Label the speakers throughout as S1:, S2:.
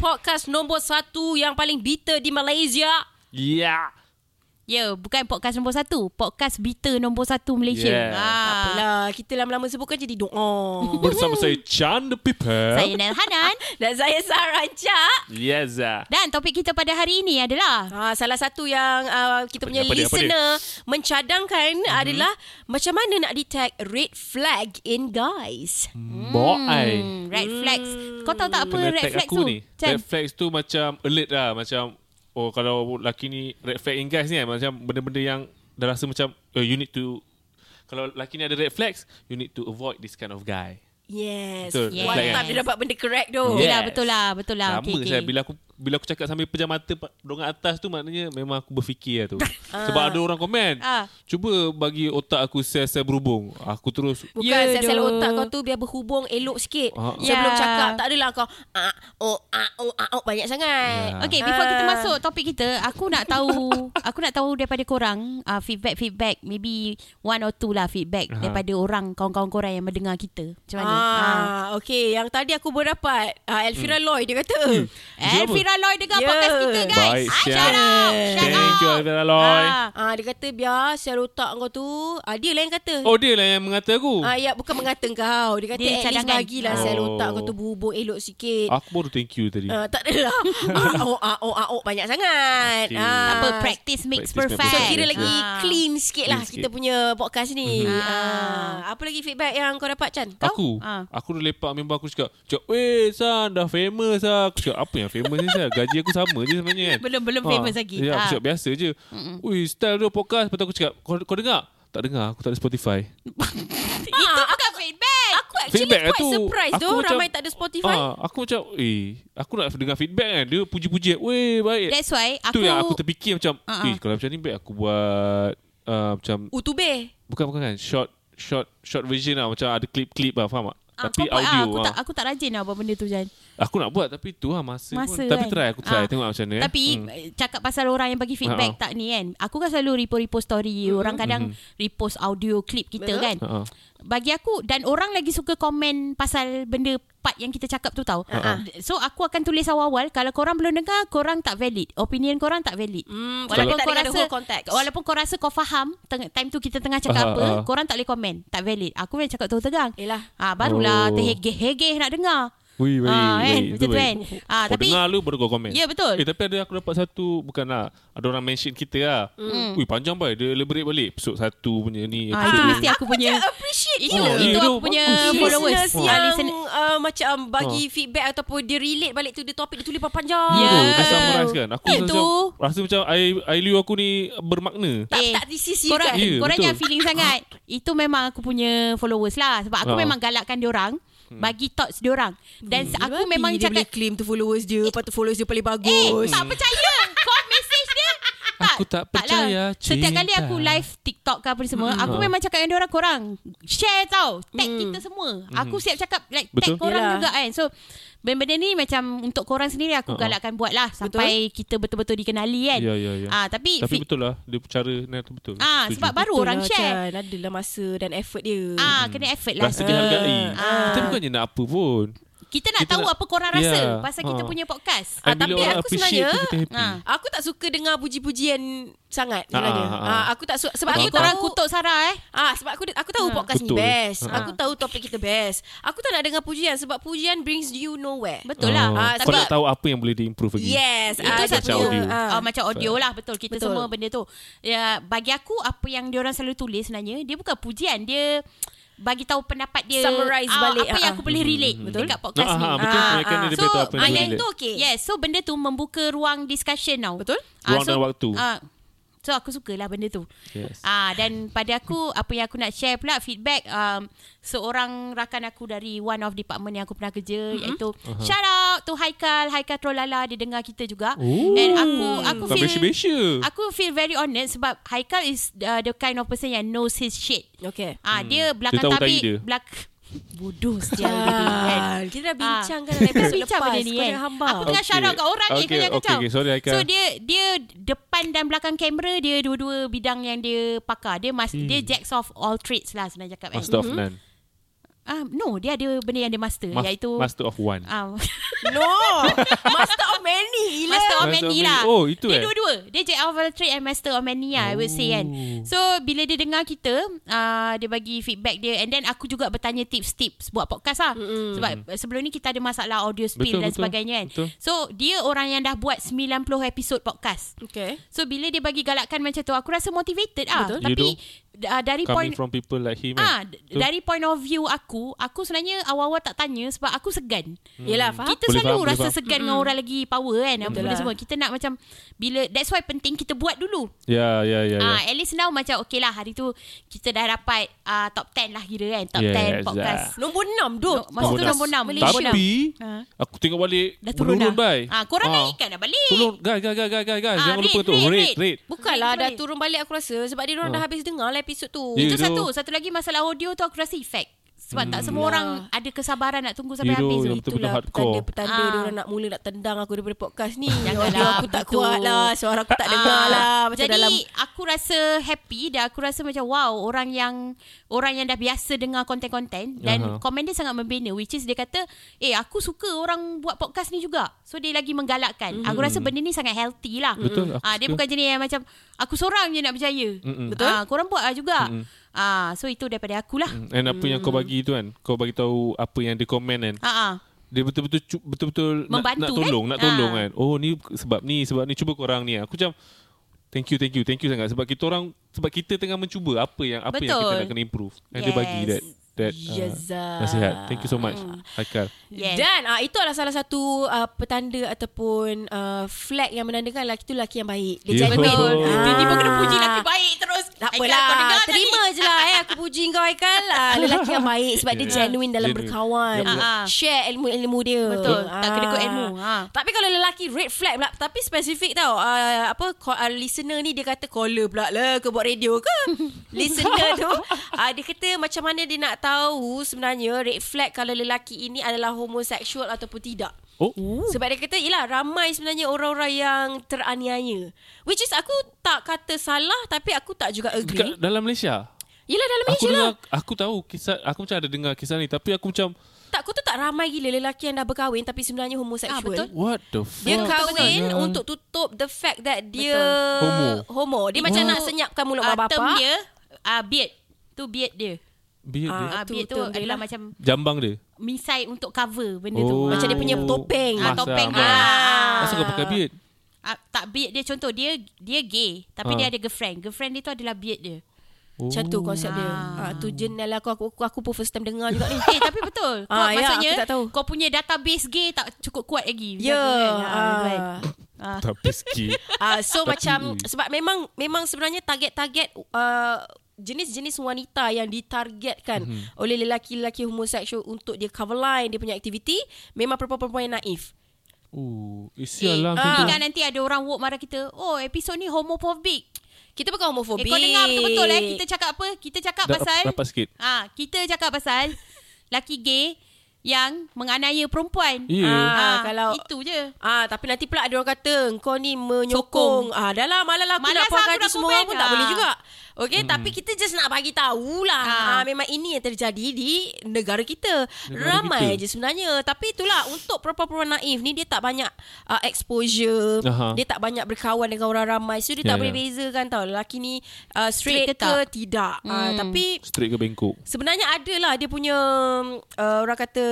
S1: podcast nombor satu yang paling bitter di Malaysia.
S2: Yeah.
S1: Ya, yeah, bukan podcast nombor satu. Podcast bitter nombor satu Malaysia.
S2: Yeah.
S1: Ah,
S3: Tak apalah, kita lama-lama sebutkan jadi doa.
S2: Bersama saya Chan the People.
S1: Saya Nel Hanan.
S3: Dan saya Sarah Cak.
S2: Yes. ah.
S1: Dan topik kita pada hari ini adalah...
S3: Ha, salah satu yang uh, kita punya
S2: Apa dia, apa dia? Mhm.
S3: listener mencadangkan mm-hmm. adalah macam mana nak detect red flag in guys.
S2: Mak ai.
S1: Hmm, red flags. Kau tahu tak apa
S2: Kena
S1: red
S2: tag
S1: flag
S2: aku
S1: tu? Ya,
S2: ni.
S1: Chan?
S2: Red flags tu macam alert lah. Macam oh kalau lelaki ni red flag in guys ni kan. Macam benda-benda yang dah rasa macam oh, you need to kalau lelaki ni ada red flags, you need to avoid this kind of guy.
S3: Yes.
S2: Betul,
S1: red
S3: One
S1: flag kan?
S3: time dia dapat benda correct tu.
S2: Yes.
S1: Yelah, betul lah. Betul lah.
S2: Lama okay, saya bila aku bila aku cakap sambil pejam mata pa- dorang atas tu maknanya memang aku berfikir lah tu. Sebab ada orang komen,
S1: Ah.
S2: cuba bagi otak aku sel-sel berhubung. Aku terus
S3: Bukan
S1: Ya,
S3: yeah, sel
S1: doh.
S3: otak kau tu biar berhubung elok sikit.
S2: Ah, ah.
S3: Sebelum
S1: Ya.
S3: cakap tak adalah kau ah oh ah oh ah oh banyak sangat.
S2: Ya.
S1: Okay, before
S3: Ah.
S1: kita masuk topik kita, aku nak tahu, aku nak tahu daripada korang uh, feedback feedback, maybe one or two lah feedback
S2: Aha.
S1: daripada orang kawan-kawan korang yang mendengar kita. Macam mana? Ah.
S3: Ah, okay. Yang tadi aku baru dapat ah, Elvira
S2: Hmm.
S3: Loy dia kata.
S2: Dia apa?
S1: Elvira Eh, Loy dengar
S3: Ya.
S1: podcast kita guys.
S2: Baik,
S1: Ah,
S2: siap.
S1: shout out, shout out.
S2: Thank you Alvira Loy.
S1: Ah.
S3: Ah, dia kata biar sel otak kau tu ah, dia lah yang kata.
S2: Oh dia lah yang mengata aku.
S3: Ah, ya, bukan mengata kau. Dia kata
S1: Dia
S3: dia at least
S1: cadangan.
S3: bagilah
S2: Ah.
S3: sel
S2: Oh. Ah.
S3: otak kau tu berhubung elok sikit.
S2: Aku baru thank you tadi.
S1: Uh,
S3: Ah, tak adalah. ah, oh, ah, oh, ah, oh, banyak sangat.
S2: Okay.
S3: Ah.
S1: Apa practice makes
S2: Practice makes
S1: perfect.
S3: So
S2: perfect.
S3: kira
S2: Yes,
S3: lagi
S1: Ah.
S3: clean sikit lah
S2: Clean sikit.
S3: kita punya podcast ni.
S2: Mhm.
S3: Ah. Apa lagi feedback yang kau dapat Chan? Kau?
S2: Aku
S1: Ah.
S2: Aku dah lepak member aku cakap Cakap Weh San dah famous lah Aku cakap apa yang famous ni San Gaji aku sama je sebenarnya kan
S1: Belum- belum famous lagi.
S2: Ya aku
S1: Ah.
S2: cakap biasa je Weh style dia podcast Lepas tu aku cakap Kau, kau dengar? Tak dengar Aku tak ada Spotify
S1: Itu bukan feedback.
S3: Ah, Aku actually
S2: Feedback lah
S3: quite
S2: tu.
S3: surprised
S2: Aku
S3: tu
S2: macam-
S3: ramai tak ada Spotify.
S2: ah, Aku macam Eh Aku nak dengar feedback kan Dia puji-puji Weh baik
S1: That's why
S2: Itu
S1: aku,
S2: yang aku terfikir macam
S1: Ah, ah.
S2: Eh kalau macam ni baik aku buat uh, Macam
S3: Utube.
S2: Bukan bukan kan Short Short short version lah Macam ada klip-klip lah Faham tak?
S1: Ah,
S2: Tapi
S1: kau buat, ah,
S2: audio
S1: aku
S2: ah.
S1: tak aku tak rajin lah buat benda tu Jan.
S2: Aku nak buat tapi tu lah masa,
S1: Masa
S2: pun. Tapi
S1: kan?
S2: try aku try
S1: Ah.
S2: tengok macam mana. eh.
S1: Tapi
S2: Hmm. Ha,
S1: hmm. cakap pasal orang yang bagi feedback
S2: Ha-ha.
S1: tak ni kan. Aku kan selalu repost-repost story.
S2: Hmm,
S1: Orang kadang repost audio clip
S3: Betul.
S1: kita kan.
S2: Ha-ha.
S1: Bagi aku dan orang lagi suka komen pasal benda part yang kita cakap tu
S2: Ha,
S1: tau.
S3: Ha-ha.
S1: So aku akan tulis awal-awal kalau korang belum dengar korang tak valid. Opinion korang tak valid.
S3: Hmm,
S1: Walaupun
S3: tak
S1: kau
S3: dengar the
S1: rasa
S3: whole context.
S1: walaupun kau rasa kau faham teng- time tu kita tengah cakap
S2: Ah,
S1: apa,
S2: ah.
S1: korang tak boleh komen. Tak valid. Aku yang cakap tu tegang.
S3: Yelah.
S1: Ah
S2: Oh.
S1: barulah terhegeh-hegeh nak dengar.
S2: Ui, baik, baik.
S1: Ah,
S2: Itu
S1: kan? Macam tu
S2: baik.
S1: kan. Ah,
S2: Kau
S1: tapi-
S2: dengar lu baru kau komen.
S1: Ya betul.
S2: Eh tapi ada aku dapat satu bukan lah. Ada orang mention kita lah. Mm. Ui panjang bai dia elaborate balik. Episode satu punya ni.
S1: Hmm. Ah, itu
S2: episode
S1: mesti
S2: ni.
S1: aku punya
S3: Macam appreciate
S1: Itu,
S3: gila.
S2: Oh,
S1: itu
S2: eh,
S1: aku
S2: tu
S1: punya
S2: bagus.
S1: followers.
S3: Listeners
S1: Ah,
S3: yang
S1: listen-
S3: uh, macam bagi
S2: Ah.
S3: feedback ataupun dia relate balik tu dia topik dia tulis panjang.
S2: Ya.
S1: Ya.
S2: Yeah. Kau summarize kan. Aku
S1: Itu-
S2: macam, rasa macam air, air liu aku ni bermakna.
S3: Tak
S1: Eh,
S3: tak kan. disisikan.
S1: Korang,
S2: Ya,
S1: korang
S2: betul.
S1: jangan feeling sangat. Itu memang aku punya followers lah. Sebab
S2: Ah.
S1: aku
S2: Hmm.
S1: memang galakkan diorang. Bagi thoughts diorang. Dan aku memang
S3: dia boleh
S1: cakap,
S3: claim tu followers dia Lepas tu followers dia paling bagus
S1: eh tak percaya. Kau message dia. lah.
S2: Aku tak percaya cinta.
S1: Setiap kali aku live TikTok ke apa semua, aku
S2: Ah. Hmm.
S1: memang cakap dengan diorang, korang share tau. Tag kita semua. Aku siap cakap like tag
S2: Betul.
S1: korang
S3: Yelah.
S1: juga kan. So, benda-benda ni macam untuk korang sendiri
S2: Ah,
S1: aku
S2: ah.
S1: galakkan buat lah. Sampai kita betul-betul dikenali kan.
S2: Ya, ya, ya.
S1: Ah, tapi
S2: Tapi
S1: fi-
S2: betul lah. Dia cara Nel tu betul.
S1: Ah,
S2: Setuju.
S1: sebab baru
S3: Betul
S1: orang
S3: lah,
S1: share.
S3: Chan. Adalah masa dan effort dia
S1: Ah, kena effort lah.
S2: Rasa dihargai.
S1: Ah.
S2: Kita bukannya nak apa pun.
S1: Kita nak
S2: Kita
S1: tahu
S2: nak-
S1: apa korang rasa
S2: Yeah.
S1: pasal kita
S2: Ha.
S1: punya podcast.
S3: Ah,
S2: And bila
S3: tapi
S2: orang
S3: aku
S2: appreciate tu,
S3: sebenarnya-
S2: kita happy.
S1: Ah.
S3: Aku tak suka dengar puji-pujian sangat
S2: Ah,
S3: sebenarnya.
S2: ah,
S3: Ah,
S2: ah.
S3: aku tak suka sebab
S1: Okay,
S3: aku
S1: korang
S3: tahu
S1: kutuk Sarah eh.
S3: Ah sebab aku aku tahu podcast ni
S2: Betul.
S3: best.
S2: Ah.
S3: Aku tahu topik kita best. Aku tak nak dengar pujian sebab pujian brings you nowhere.
S1: Betul lah.
S2: Oh,
S3: Ah,
S2: Kau
S3: tapi-
S2: nak tahu apa yang boleh diimprove lagi.
S3: Yes,
S1: Itu
S3: ah, dia
S1: satu
S2: macam
S3: punya,
S2: audio.
S3: ah.
S1: Ah. macam audio lah betul
S3: Betul.
S1: kita betul. semua benda tu. Ya bagi aku apa yang diorang selalu tulis sebenarnya dia bukan pujian dia bagi tahu pendapat dia
S3: Summarize
S1: ah,
S3: balik,
S1: apa yang
S3: ah,
S1: aku boleh relate betul dekat podcast
S2: Ah,
S1: ni.
S2: ah, Hmm. betul.
S1: Ah,
S2: Mereka ni
S1: ah.
S2: dia
S1: So,
S2: boleh tahu apa
S3: ah,
S2: yang
S3: yang
S2: relate.
S3: tu okey.
S1: Yes, so benda tu membuka ruang discussion tau.
S3: Betul?
S2: Ruang dan waktu.
S1: Ah, so aku sukalah benda tu.
S2: Yes.
S1: Ah dan pada aku apa yang aku nak share pula feedback um, seorang rakan aku dari one of department yang aku pernah kerja mm-hmm. iaitu uh-huh. shout out to Haikal, Haikal Trolala dia dengar kita juga.
S2: Ooh.
S1: And aku aku
S2: Tak
S1: feel
S2: besya-besya.
S1: aku feel very honest sebab Haikal is uh, the kind of person yang knows his shit.
S3: Okay.
S1: Ah dia belakang
S2: tahu
S1: tapi
S2: tahi Hmm. dia.
S1: belak bodoh setiap
S3: Ah,
S1: kan.
S3: kita dah bincang kan dalam
S1: Kita
S3: episode
S1: bincang
S3: lepas.
S1: benda ni
S3: Kau
S1: kan
S3: jangan hamba.
S1: Aku tengah
S2: Okay.
S1: shout out kat orang ni
S2: Okay,
S1: Kau jangan
S2: okay,
S1: kacau
S2: okay. Sorry, Haikal.
S1: So dia Dia depan dan belakang kamera Dia dua-dua
S2: Hmm.
S1: bidang yang dia pakar Dia mas, dia jacks of all trades lah Senang cakap kan
S2: Master of none.
S1: Ah, no, dia ada benda yang dia master
S2: Mas-
S1: iaitu
S2: Master of One.
S1: ah,
S3: No. Master of many. Ila.
S1: Master of
S2: Master
S1: Many
S2: of Many.
S1: lah.
S2: Oh, itu
S1: dia
S2: eh?
S1: dua-dua. Dia Jack of all trade and Master of Many lah, I would say kan.
S2: Oh.
S1: So, bila dia dengar kita, uh, dia bagi feedback dia. And then aku juga bertanya tips-tips buat podcast lah. Mm-hmm. Sebab sebelum ni kita ada masalah audio spill
S2: Betul,
S1: dan
S2: betul,
S1: sebagainya kan.
S2: betul.
S1: So, dia orang yang dah buat 90 episod podcast.
S3: Okay.
S1: So, bila dia bagi galakan macam tu, aku rasa motivated lah.
S3: Betul.
S1: Tapi,
S2: You
S1: uh, dari
S2: Coming
S1: point...
S2: from people like him.
S1: Ah,
S2: eh. Tu.
S1: d- dari point of view aku, aku sebenarnya awal-awal tak tanya sebab aku segan.
S3: Yelah, faham.
S1: Kita
S2: Boleh
S1: selalu
S2: faham, boleh
S1: rasa
S2: faham.
S1: segan dengan orang lagi power kan apa
S3: Hmm. Betul
S1: benda
S3: lah.
S1: semua. Kita nak macam bila that's why penting kita buat dulu.
S2: Ya, ya, ya. ya.
S1: Ah, at least now macam okay lah hari tu kita dah dapat ah, top 10 lah kira kan. Top
S2: Yeah,
S1: 10
S2: exact.
S1: podcast.
S2: ya.
S3: Nombor enam tu.
S1: No, masa tu
S2: Bonus.
S1: nombor enam.
S3: Malaysia.
S2: Tapi
S1: Ha.
S2: aku tengok balik
S1: Dah turun
S2: menurun,
S1: dah.
S2: Bai.
S1: Ah, korang
S2: Ah.
S1: naikkan dah balik.
S2: Tolong guys guys guys guys guys guys
S1: Ah,
S2: jangan lupa
S1: rate,
S2: tu
S1: rate,
S2: rate
S1: rate.
S2: rate.
S3: Bukanlah
S1: Boleh,
S3: lah, dah
S1: boleh.
S3: turun balik aku rasa sebab dia
S2: Ah.
S3: orang dah habis dengar lah episod tu.
S2: Ya. You
S1: Itu satu.
S2: do.
S1: Satu lagi masalah audio tu aku rasa efek. Sebab tak semua
S2: Hmm.
S1: orang
S3: Ya.
S1: ada kesabaran nak tunggu sampai
S2: You do,
S1: habis.
S2: you
S1: tu.
S2: do. betul-betul
S3: Itulah
S2: hardcore.
S3: petanda-petanda
S1: Ah.
S3: ah. orang nak mula nak tendang aku daripada podcast ni.
S1: Janganlah,
S3: Audio aku tak
S1: begitu.
S3: kuat lah. Suara aku tak dengar
S1: Ah,
S3: lah. Macam
S1: Jadi
S3: dalam
S1: aku rasa happy dan aku rasa macam wow orang yang orang yang dah biasa dengar konten-konten dan uh-huh.
S2: Aha.
S1: komen dia sangat membina which is dia kata eh aku suka orang buat podcast ni juga. So dia lagi menggalakkan. Mm. Aku rasa benda ni sangat healthy lah.
S2: Betul, aku
S1: Ah dia
S2: suka.
S1: bukan jenis yang macam aku seorang je nak berjaya.
S2: Mm-mm.
S3: Betul.
S1: Ah korang buat lah juga. Mm. Ah so itu daripada akulah. Mm.
S2: And apa yang kau bagi tu kan Kau bagi tahu Apa yang dia komen kan
S1: Ah ah.
S2: Dia betul-betul cu- Betul-betul nak,
S1: Membantu,
S2: nak tolong
S1: kan?
S2: Nak tolong
S1: Ah.
S2: kan Oh ni sebab ni Sebab ni cuba korang ni Aku macam Thank you thank you Thank you sangat Sebab kita orang Sebab kita tengah mencuba Apa yang apa yang kita
S1: Betul.
S2: nak kena improve And dia bagi
S1: Yes.
S2: that That
S3: Yazah.
S2: uh, Nasihat Thank you so much
S3: Ah.
S2: Haikal
S1: Yes.
S3: Dan uh, itu adalah salah satu uh, petanda ataupun uh, flag yang menandakan lelaki tu lelaki yang baik. Dia
S2: Yeah.
S3: jamin.
S2: Betul.
S3: Ah.
S1: Tiba-tiba kena puji lelaki baik terus.
S3: Tak
S1: Aikal,
S3: apalah.
S1: kau dengar tadi?
S3: Terima je lah eh. Aku puji kau Aikal. Uh, lelaki yang baik sebab dia
S2: Yeah.
S3: genuine dalam
S2: Genuine.
S3: berkawan.
S1: Yep, yep.
S3: Share ilmu-ilmu dia.
S1: Ah,
S3: Ah.
S1: Betul. Tak kedekut ilmu. Ha.
S3: Tapi kalau lelaki red flag pula. Tapi spesifik tau. Uh, apa call, uh, listener ni dia kata caller pula lah ke buat radio ke? listener tu uh, dia kata macam mana dia nak tahu sebenarnya red flag kalau lelaki ini adalah homoseksual ataupun tidak.
S2: Oh
S1: Hmm.
S3: Sebab dia kata Yelah ramai sebenarnya Orang-orang yang teraniaya Which is aku Tak kata salah Tapi aku tak juga agree
S2: Dekat dalam Malaysia
S3: Yelah dalam
S2: Aku
S3: Malaysia
S2: dengar
S3: lah
S2: Aku tahu kisah Aku macam ada dengar kisah ni Tapi aku macam
S3: Tak aku tu tak ramai gila Lelaki yang dah berkahwin Tapi sebenarnya homoseksual
S1: Ah, betul.
S2: What the fuck
S3: Dia kahwin
S2: Sayang.
S3: Untuk tutup The fact that dia
S2: Homo.
S3: Homo Dia macam
S2: Itu,
S3: nak senyapkan mulut
S1: Ah,
S3: mak bapak
S1: Term dia ah, beard. Tu beard dia.
S2: Beard dia
S1: Ah,
S3: Itu
S1: beard tu
S3: term dia
S1: adalah
S3: lah.
S1: macam
S2: Jambang dia Oh.
S1: misai untuk cover benda tu.
S3: Oh. Macam dia punya topeng.
S1: Ah,
S2: Masa,
S1: topeng.
S2: masa.
S1: Ah.
S2: Masa kau pakai beard
S1: Ah, tak beard dia contoh dia dia gay tapi
S2: Ah.
S1: dia ada girlfriend. Girlfriend dia tu adalah beard dia.
S3: Macam tu konsep dia ah, Tu jurnal aku aku, aku aku pun first time dengar juga ni
S1: Eh tapi betul. Kau
S3: Ah, ya,
S1: maksudnya
S3: aku tak tahu.
S1: kau punya database gay tak cukup kuat lagi. Macam
S3: Ya
S1: tu kan? Ah, betul kan?
S3: ah.
S2: Oh, Tapi ski
S3: Ah, so
S2: Tapi,
S3: macam
S2: ui.
S3: sebab memang memang sebenarnya target-target uh, jenis-jenis wanita yang ditargetkan mm-hmm. oleh lelaki-lelaki homoseksual untuk dia cover line dia punya aktiviti memang perempuan-perempuan yang naif.
S2: Oh Eh sial
S3: Eh,
S2: lah macam
S1: Tapi
S2: tu.
S1: kan nanti ada orang woke marah kita, "Oh, episod ni homophobic."
S3: Kita bukan
S1: Eh,
S3: homofobik. Hmm.
S1: kau dengar betul-betul eh kita cakap apa? Kita cakap
S2: Dap-
S1: pasal
S2: Dapat sikit
S1: Ah, kita cakap pasal laki gay yang menganiaya perempuan. Ha,
S2: Ya.
S3: Ah, kalau-
S1: itu je.
S3: Ah, tapi nanti pula ada orang kata kau ni menyokong. Ah, dah lah malah aku
S1: Malas
S3: nak puas
S1: aku
S3: hati
S1: nak
S3: semua
S1: komen.
S3: orang pun tak
S1: Ah.
S3: boleh juga. Okay,
S2: Hmm.
S3: tapi kita just nak bagi tahulah.
S1: Ah.
S3: Ah. ah, memang ini yang terjadi di negara kita.
S2: Negara
S3: Ramai
S2: kita.
S3: je sebenarnya. Tapi itulah untuk perempuan-perempuan naif ni dia tak banyak uh, exposure.
S2: Aha.
S3: Dia tak banyak berkawan dengan orang ramai. So dia
S2: Ya,
S3: tak boleh
S2: ya.
S3: bezakan tau lelaki ni uh, straight,
S1: Straight ke
S3: straight ke,
S1: tak? Hmm.
S3: tidak. Ah, tapi
S2: Straight ke bengkok
S3: Sebenarnya ada lah dia punya uh, orang kata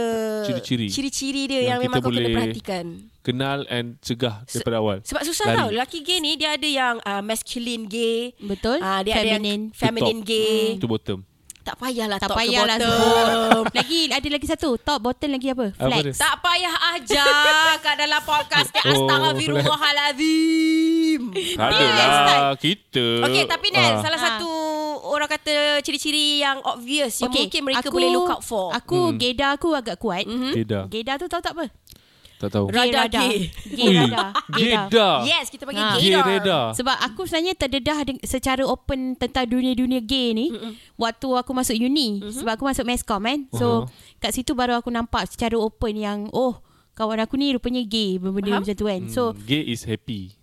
S2: Ciri-ciri.
S3: ciri-ciri dia yang,
S2: Yang
S3: memang
S2: kita
S3: kau kena
S2: boleh-
S3: perhatikan.
S2: Kenal and cegah Daripada awal
S3: Sebab susah
S2: Lari.
S3: Lari. tau lah, Lelaki gay ni Dia ada yang uh, Masculine gay
S1: Betul.
S3: Ah, Dia
S1: Feminine. Hmm.
S3: ada yang Feminine
S2: To top.
S3: gay Hmm.
S2: Itu bottom
S3: Tak payahlah
S1: Tak
S3: top ke
S1: payahlah
S3: bottom.
S1: sebut. lagi ada lagi satu. Top bottom lagi apa?
S2: Apa
S1: Flex.
S2: dia?
S3: Tak payah ajar Kat dalam podcast ni
S2: Oh,
S3: Astagfirullahaladzim
S2: Tak ada
S1: Next
S2: lah Kita
S3: Okay tapi Nel
S2: Ah.
S3: Salah
S1: Ah.
S3: satu Orang kata Ciri-ciri yang obvious Yang mungkin mereka boleh look out for
S1: Aku hmm. geda aku agak kuat.
S3: Mhm.
S1: Mm-hmm.
S2: Geda
S1: Geda tu tahu tak apa?
S2: Tak tahu
S3: Ra- Radar
S1: Gerada.
S3: gay.
S2: Ui,
S1: Gerada. Gerada.
S2: Geda
S3: Yes kita panggil
S1: Ah.
S3: gay
S2: Gay
S3: radar.
S2: radar
S1: Sebab aku sebenarnya terdedah deng- secara open tentang dunia-dunia gay ni Mm-mm. waktu aku masuk uni mm-hmm. sebab aku masuk mescom kan. So uh-huh. kat situ baru aku nampak secara open yang oh kawan aku ni rupanya gay
S2: Hmm.
S1: benda-benda
S3: Faham?
S1: macam tu kan. So
S2: Gay is happy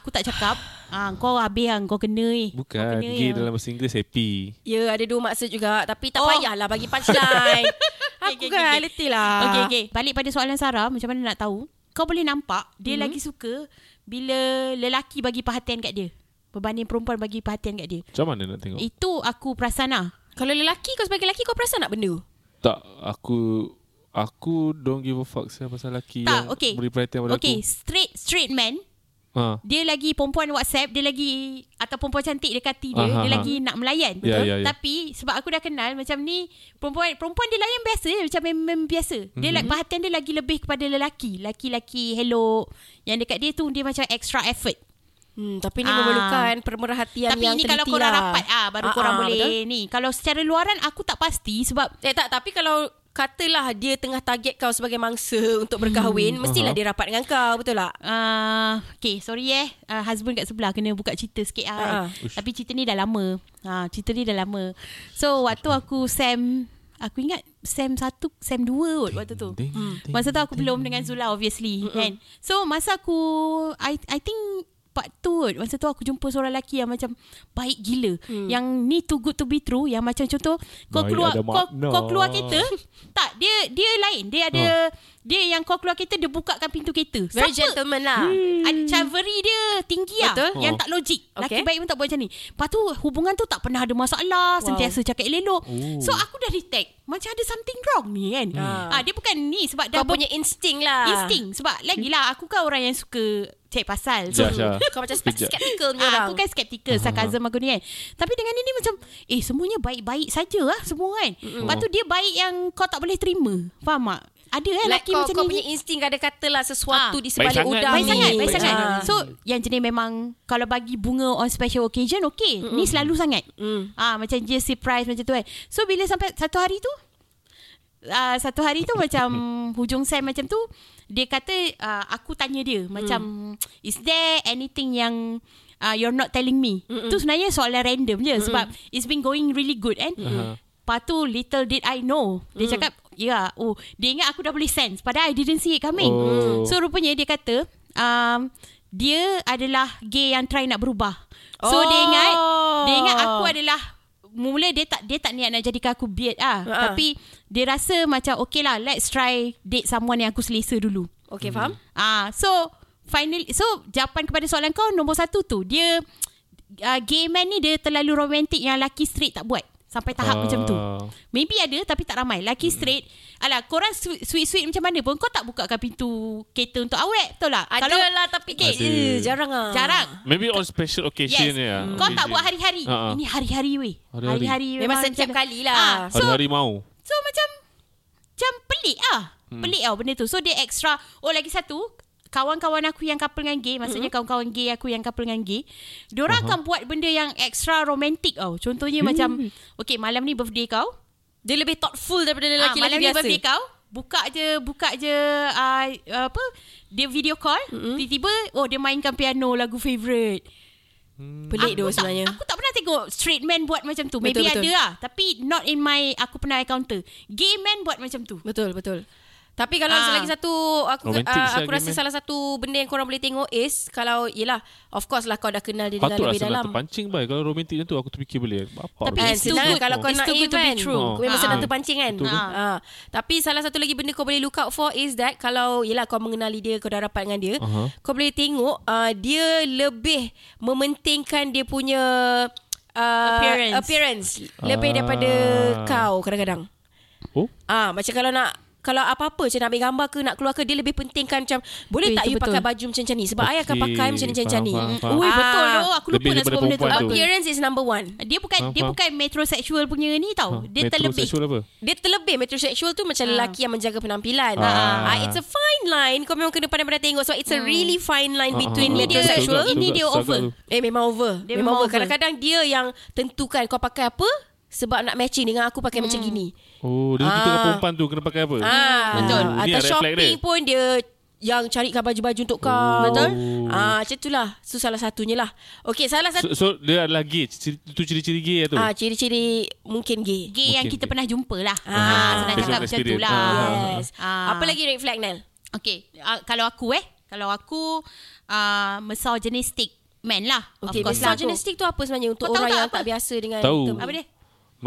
S1: Aku tak cakap ah, Kau habis lah Kau kena eh
S2: Bukan
S1: kena
S2: Gay
S1: ya.
S2: dalam bahasa Inggeris happy
S3: Ya ada dua maksud juga Tapi tak oh.
S1: Oh.
S3: payahlah bagi punchline Aku
S1: Okay, okay,
S3: kan
S1: okay.
S3: letih lah
S1: Okay, okay. Ah, Balik pada soalan Sarah, macam mana nak tahu? Kau boleh nampak dia mm-hmm. lagi suka bila lelaki bagi perhatian kat dia. Berbanding perempuan bagi perhatian kat dia.
S2: Macam mana nak tengok
S1: Itu aku perasan lah.
S3: Kalau lelaki kau sebagai lelaki Kau perasan nak benda
S2: Tak Aku Aku don't give a fuck saya pasal lelaki yang
S1: tak, okay.
S2: beri perhatian pada aku.
S1: okay, straight straight man,
S2: Ha.
S1: dia lagi perempuan WhatsApp, dia lagi atau perempuan cantik dekati dia,
S2: Ah, ah,
S1: dia lagi nak melayan.
S2: Ya, ya, ya.
S1: Tapi sebab aku dah kenal macam ni perempuan perempuan dia layan biasa je, macam memang biasa. Dia
S2: Mhm.
S1: mm-hmm. perhatian dia lagi lebih kepada lelaki. Laki-laki hello yang dekat dia tu dia macam extra effort.
S3: hmm, Tapi ni
S1: Ah.
S3: memerlukan Pemerhatian
S1: Tapi
S3: yang
S1: ini kalau
S3: teliti
S1: korang
S3: lah.
S1: rapat ah
S3: Ah,
S1: baru korang
S3: ah,
S1: boleh
S3: betul.
S1: ni. Kalau secara luaran aku tak pasti sebab
S3: Eh tak tapi kalau Katalah dia tengah target kau sebagai mangsa Untuk berkahwin hmm. Mestilah
S2: Aha.
S1: Uh-huh.
S3: dia rapat dengan kau Betul tak?
S1: Uh, okay sorry eh uh, Husband kat sebelah Kena buka cerita sikit lah
S3: Ah, ah.
S1: kan. Tapi cerita ni dah lama uh, Cerita ni dah lama So waktu aku Sam Aku ingat Sam 1 Sam 2 kot waktu tu
S2: Ding,
S3: Hmm.
S2: ding,
S1: Masa tu aku
S2: ding.
S1: belum dengan Zula obviously kan So masa aku I, I think part tu kot Masa tu aku jumpa seorang lelaki yang macam Baik gila
S3: Hmm.
S1: Yang ni too good to be true Yang macam contoh Kau
S2: Baik
S1: keluar
S2: ada
S1: kau,
S2: makna. Ah.
S1: kau keluar kereta Tak dia dia lain Dia ada Dia yang kau keluar kereta Dia bukakan pintu kereta
S3: Very
S1: Siapa
S3: gentleman lah
S1: Ada chivalry dia tinggi lah
S3: Betul.
S1: Yang
S2: Oh.
S1: tak logik Laki
S3: Okay.
S1: baik pun tak buat macam ni Lepas tu hubungan tu tak pernah ada masalah
S3: Wow.
S1: Sentiasa cakap elok
S2: Oh. Hmm.
S1: So aku dah detect Macam ada something wrong ni kan
S3: Ah.
S1: ah, Dia bukan ni sebab dah
S3: Kau punya insting lah
S1: insting Sebab lagilah aku kan orang yang suka cek pasal So
S2: Jah, Jah.
S3: Kau macam
S2: Ya, Sekejap.
S3: skeptical punya
S1: Ah,
S3: orang
S1: aku kan skeptical Sarkasm aku ni kan Tapi dengan dia ni macam Eh semuanya baik-baik saja lah Semua kan Lepas tu dia baik yang Kau tak boleh terima Faham tak? Ada kan
S3: Like
S1: lelaki
S3: kau,
S1: macam
S3: kau
S1: ni
S3: punya insting ada katalah sesuatu
S1: Ah.
S3: di sebalik
S2: Baik sangat
S3: udang
S1: Baik
S3: ni.
S1: sangat, baik
S2: Baik
S1: sangat.
S3: Ah.
S1: So yang jenis memang kalau bagi bunga on special occasion okay. Mm-mm. Ni selalu sangat.
S3: Hmm,
S1: Mm. Ah macam dia surprise macam tu kan. So bila sampai satu hari tu Uh, satu hari tu macam hujung Sam macam tu dia kata uh, aku tanya dia macam is there anything yang uh, you're not telling me Mm-mm. tu sebenarnya soalan random je Mm-mm. sebab it's been going really good and
S2: Aha.
S1: Lepas tu little did I know Dia mm. cakap Ya yeah, oh Dia ingat aku dah boleh sense Padahal I didn't see it coming
S2: Oh.
S1: So rupanya dia kata um, Dia adalah gay yang try nak berubah So
S3: Oh.
S1: dia ingat Dia ingat aku adalah Mula dia tak dia tak niat nak jadikan aku beard ah
S3: Ha-ha.
S1: tapi dia rasa macam okay lah let's try date someone yang aku selesa dulu.
S3: Okay, faham?
S1: Ah, so finally so jawapan kepada soalan kau nombor satu tu dia uh, gay man ni dia terlalu romantik yang laki straight tak buat sampai tahap
S2: Ah.
S1: macam tu. Maybe ada tapi tak ramai. Laki straight. Alah korang su- sweet-sweet macam mana pun kau tak bukakan pintu kereta untuk awek betul tak?
S3: Ada lah tapi
S1: Okay.
S3: okay. eh, jarang ah.
S1: Jarang.
S2: Maybe on special occasion
S1: Yes.
S2: ya.
S1: Kau tak buat hari-hari.
S2: Ha-ha.
S1: Ini hari-hari weh.
S2: Ah, Hari-hari.
S3: Memang setiap
S1: macam-
S3: kali lah.
S1: Ah, so
S2: Hari-hari mau.
S1: So macam Macam pelik lah hmm. Pelik tau benda tu So dia extra Oh lagi satu Kawan-kawan aku yang couple dengan gay Maksudnya mm-hmm. kawan-kawan gay aku yang couple dengan gay Diorang uh-huh. akan buat benda yang extra romantik tau Contohnya hmm. macam Okay malam ni birthday kau
S3: Dia lebih thoughtful daripada
S1: ah,
S3: lelaki-lelaki
S1: Malam ni
S3: biasa.
S1: birthday kau Buka je Buka je uh, Apa Dia video call mm-hmm. Tiba-tiba Oh dia mainkan piano Lagu favourite
S3: Pelik
S1: Aku
S3: doh
S1: tak-
S3: sebenarnya.
S1: Aku tak pernah tengok straight man buat macam tu.
S3: Betul,
S1: Maybe betul, ada
S3: betul.
S1: lah. Tapi not in my aku pernah encounter. Gay man buat macam tu.
S3: Betul, betul. Tapi kalau
S1: Ah.
S3: lagi satu aku
S2: Romantic
S3: uh,
S2: sial
S3: aku rasa
S2: game, eh.
S3: salah satu benda yang korang boleh tengok is kalau yelah of course lah kau dah kenal dia dengan
S2: Patut
S3: lebih
S2: rasa nak
S3: dalam.
S2: terpancing baik. Kalau romantik macam tu aku terfikir boleh. Bapak boleh.
S1: Tapi Eh,
S3: Kan,
S1: It's too
S3: senang
S1: good.
S3: kalau kau
S1: It's
S3: nak
S1: too good to be
S3: event.
S1: true.
S3: Kau memang
S1: Ah.
S3: senang terpancing kan.
S2: Betul.
S3: Ah. Ah. Tapi salah satu lagi benda kau boleh look out for is that kalau yelah kau mengenali dia, kau dah rapat dengan dia,
S1: Uh-huh.
S2: Aha.
S3: kau boleh tengok ah, dia lebih mementingkan dia punya ah,
S1: Appearance.
S3: appearance lebih
S2: Ah.
S3: daripada kau kadang-kadang.
S2: Oh.
S3: Ah macam kalau nak kalau apa-apa macam nak ambil gambar ke nak keluar ke dia lebih pentingkan macam boleh
S1: Eh,
S3: tak
S1: itu
S3: you
S1: betul.
S3: pakai baju macam ni sebab
S2: Okey,
S3: okay. I akan pakai macam ni macam ni.
S2: faham, faham, faham.
S1: Ui
S3: Ah.
S1: betul tu Aku lupa
S2: Lebih
S1: nak
S2: daripada
S1: sebut benda tu
S2: perempuan tu.
S1: Appearance-
S3: Appearance is number one.
S1: Dia bukan
S2: Faham,
S1: Dia
S2: faham.
S1: bukan metrosexual punya ni tau Oh, Dia terlebih
S2: Metrosexual ha. apa?
S3: Dia terlebih metrosexual tu macam lelaki yang menjaga penampilan. Ah.
S2: Ah.
S3: it's a fine line. Kau memang kena pandai-pandai tengok sebab it's a really fine line between
S1: ah, ah.
S3: metrosexual.
S1: Betul, betul, ini dia over.
S3: Eh memang over. Dia
S1: Dia memang
S3: memang over.
S1: over.
S3: Kadang-kadang dia yang tentukan kau pakai apa sebab nak matching dengan aku pakai macam gini.
S2: Oh, dia tentukan
S3: Ah.
S2: perempuan tu kena pakai apa?
S3: Ah,
S2: Betul.
S3: betul.
S2: Ni
S3: Atau
S2: red flag
S3: shopping
S2: dia.
S3: pun dia yang carikan baju-baju untuk kau.
S2: Betul.
S3: Ah, macam itulah. So salah satunya lah. Okey, salah
S2: So,
S3: satu
S2: so dia adalah gay. Ciri- Itu ciri-ciri gay lah tu.
S3: ah ciri-ciri mungkin gay.
S1: Gay yang
S2: Mungkin
S1: kita
S2: dia.
S1: pernah jumpa lah ah,
S3: Ah,
S1: Senang
S2: based
S1: cakap
S2: on
S1: macam tu
S2: experience.
S1: lah
S2: Ah.
S3: Yes.
S1: Ah.
S3: Apa lagi red flag Nel?
S1: Okay ah, Kalau aku eh Kalau aku uh, misogynistic man lah.
S3: Okay,
S1: of course lah.
S3: misogynistic tu apa sebenarnya untuk
S1: Kau tahu
S3: orang
S1: tak
S3: yang
S1: apa?
S3: tak biasa dengan
S2: Tahu.
S1: Apa dia?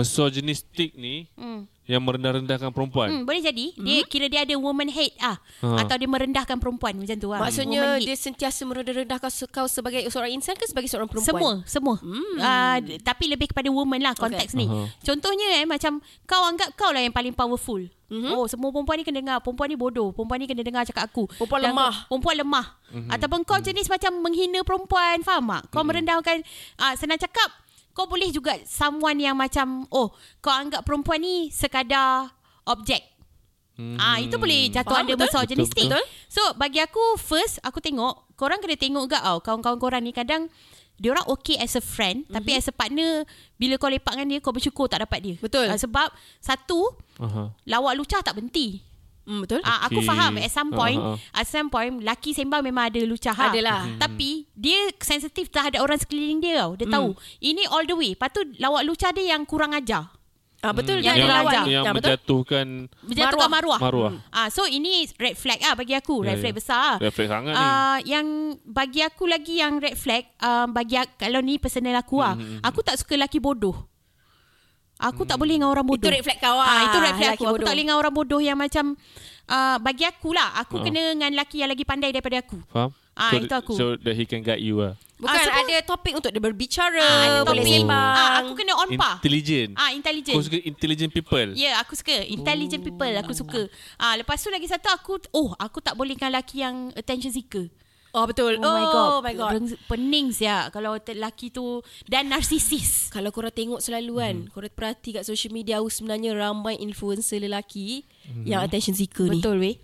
S2: Misogynistic ni
S1: Hmm.
S2: yang merendah-rendahkan perempuan.
S1: Hmm, boleh jadi. Dia kira dia ada woman hate ah
S2: Ha.
S1: atau dia merendahkan perempuan macam tu ah.
S3: Maksudnya
S1: Woman hate.
S3: dia sentiasa merendah-rendahkan se- kau sebagai seorang insan ke sebagai seorang perempuan? Hmm.
S1: Semua, semua. Uh, d- tapi lebih kepada woman lah konteks okay. ni.
S2: Aha.
S1: Uh-huh. Contohnya eh macam kau anggap kau lah yang paling powerful.
S3: Mhm.
S1: Mm-hmm. Oh, semua perempuan ni kena dengar, perempuan ni bodoh, perempuan ni kena dengar cakap aku.
S3: Perempuan lemah.
S1: Kau, perempuan lemah.
S2: Mhm.
S1: Mm-hmm. Ataupun kau jenis macam menghina perempuan, faham tak? Kau mm-hmm. merendahkan uh, senang cakap kau boleh juga someone yang macam oh, kau anggap perempuan ni sekadar objek.
S2: Hmm.
S1: Ah itu boleh jatuh
S3: Faham,
S1: under
S3: betul?
S1: misogynistic.
S2: Betul,
S1: Betul, So bagi aku first aku tengok korang kena tengok juga tau kawan-kawan korang ni kadang dia orang okay as a friend mm-hmm. tapi as a partner bila kau lepak dengan dia kau bersyukur tak dapat dia.
S3: Betul.
S1: Ah, sebab satu
S2: Aha.
S1: lawak lucah tak berhenti.
S3: Hmm, betul?
S1: Okay. Ah
S2: Okey.
S1: aku faham at some point
S2: Ah, ah,
S1: at some point laki sembang memang ada lucah. ah.
S3: Adalah. Mhm.
S1: Tapi dia sensitif terhadap orang sekeliling dia tau. Dia tahu ini all the way. Lepas tu lawak lucah dia yang kurang ajar.
S3: Ah, betul dia ada
S2: Hmm.
S1: Yang
S2: yang,
S3: lawan.
S1: mengajar.
S2: yang
S3: Ah, betul?
S2: menjatuhkan
S1: Menjatuhkan
S3: Maruah.
S1: maruah.
S2: Maruah.
S1: Ah so ini red flag ah bagi aku,
S2: Ya,
S1: red
S2: ya.
S1: flag besar. ah.
S2: refleks sangat ni.
S1: Uh, yang bagi aku lagi yang red flag um, bagi aku, kalau ni personal aku lah mm-hmm. aku tak suka lelaki bodoh aku mm. tak boleh dengan orang bodoh
S3: Itu red flag kau
S1: ah,
S3: ah,
S1: itu red flag
S3: lelaki
S1: aku bodoh.
S3: bodoh.
S1: aku tak boleh dengan orang bodoh yang macam uh, bagi akulah aku
S2: Ah.
S1: kena dengan lelaki yang lagi pandai daripada aku
S2: Faham?
S1: Ah,
S2: so,
S1: itu aku.
S2: So that he can guide you lah.
S3: Bukan
S1: Ah, sebab-
S3: ada topik untuk dia berbicara,
S1: Ah,
S3: boleh
S1: topik.
S3: sembang.
S1: ah, aku kena on par
S2: Intelligent.
S1: ah
S2: Kau
S1: intelligent
S2: suka intelligent people.
S1: Ya, yeah, aku suka. Intelligent oh. people aku suka. Ah, lepas tu lagi satu aku oh, aku tak boleh dengan lelaki yang attention seeker.
S3: Oh betul.
S1: Oh, my god.
S3: Oh my god.
S1: Reng- Pening siap kalau te- lelaki tu dan narsisis.
S3: Kalau korang tengok selalu kan hmm. Korang perhati kat social media oh, Sebenarnya ramai influencer lelaki hmm. Yang attention seeker ni
S1: Betul weh.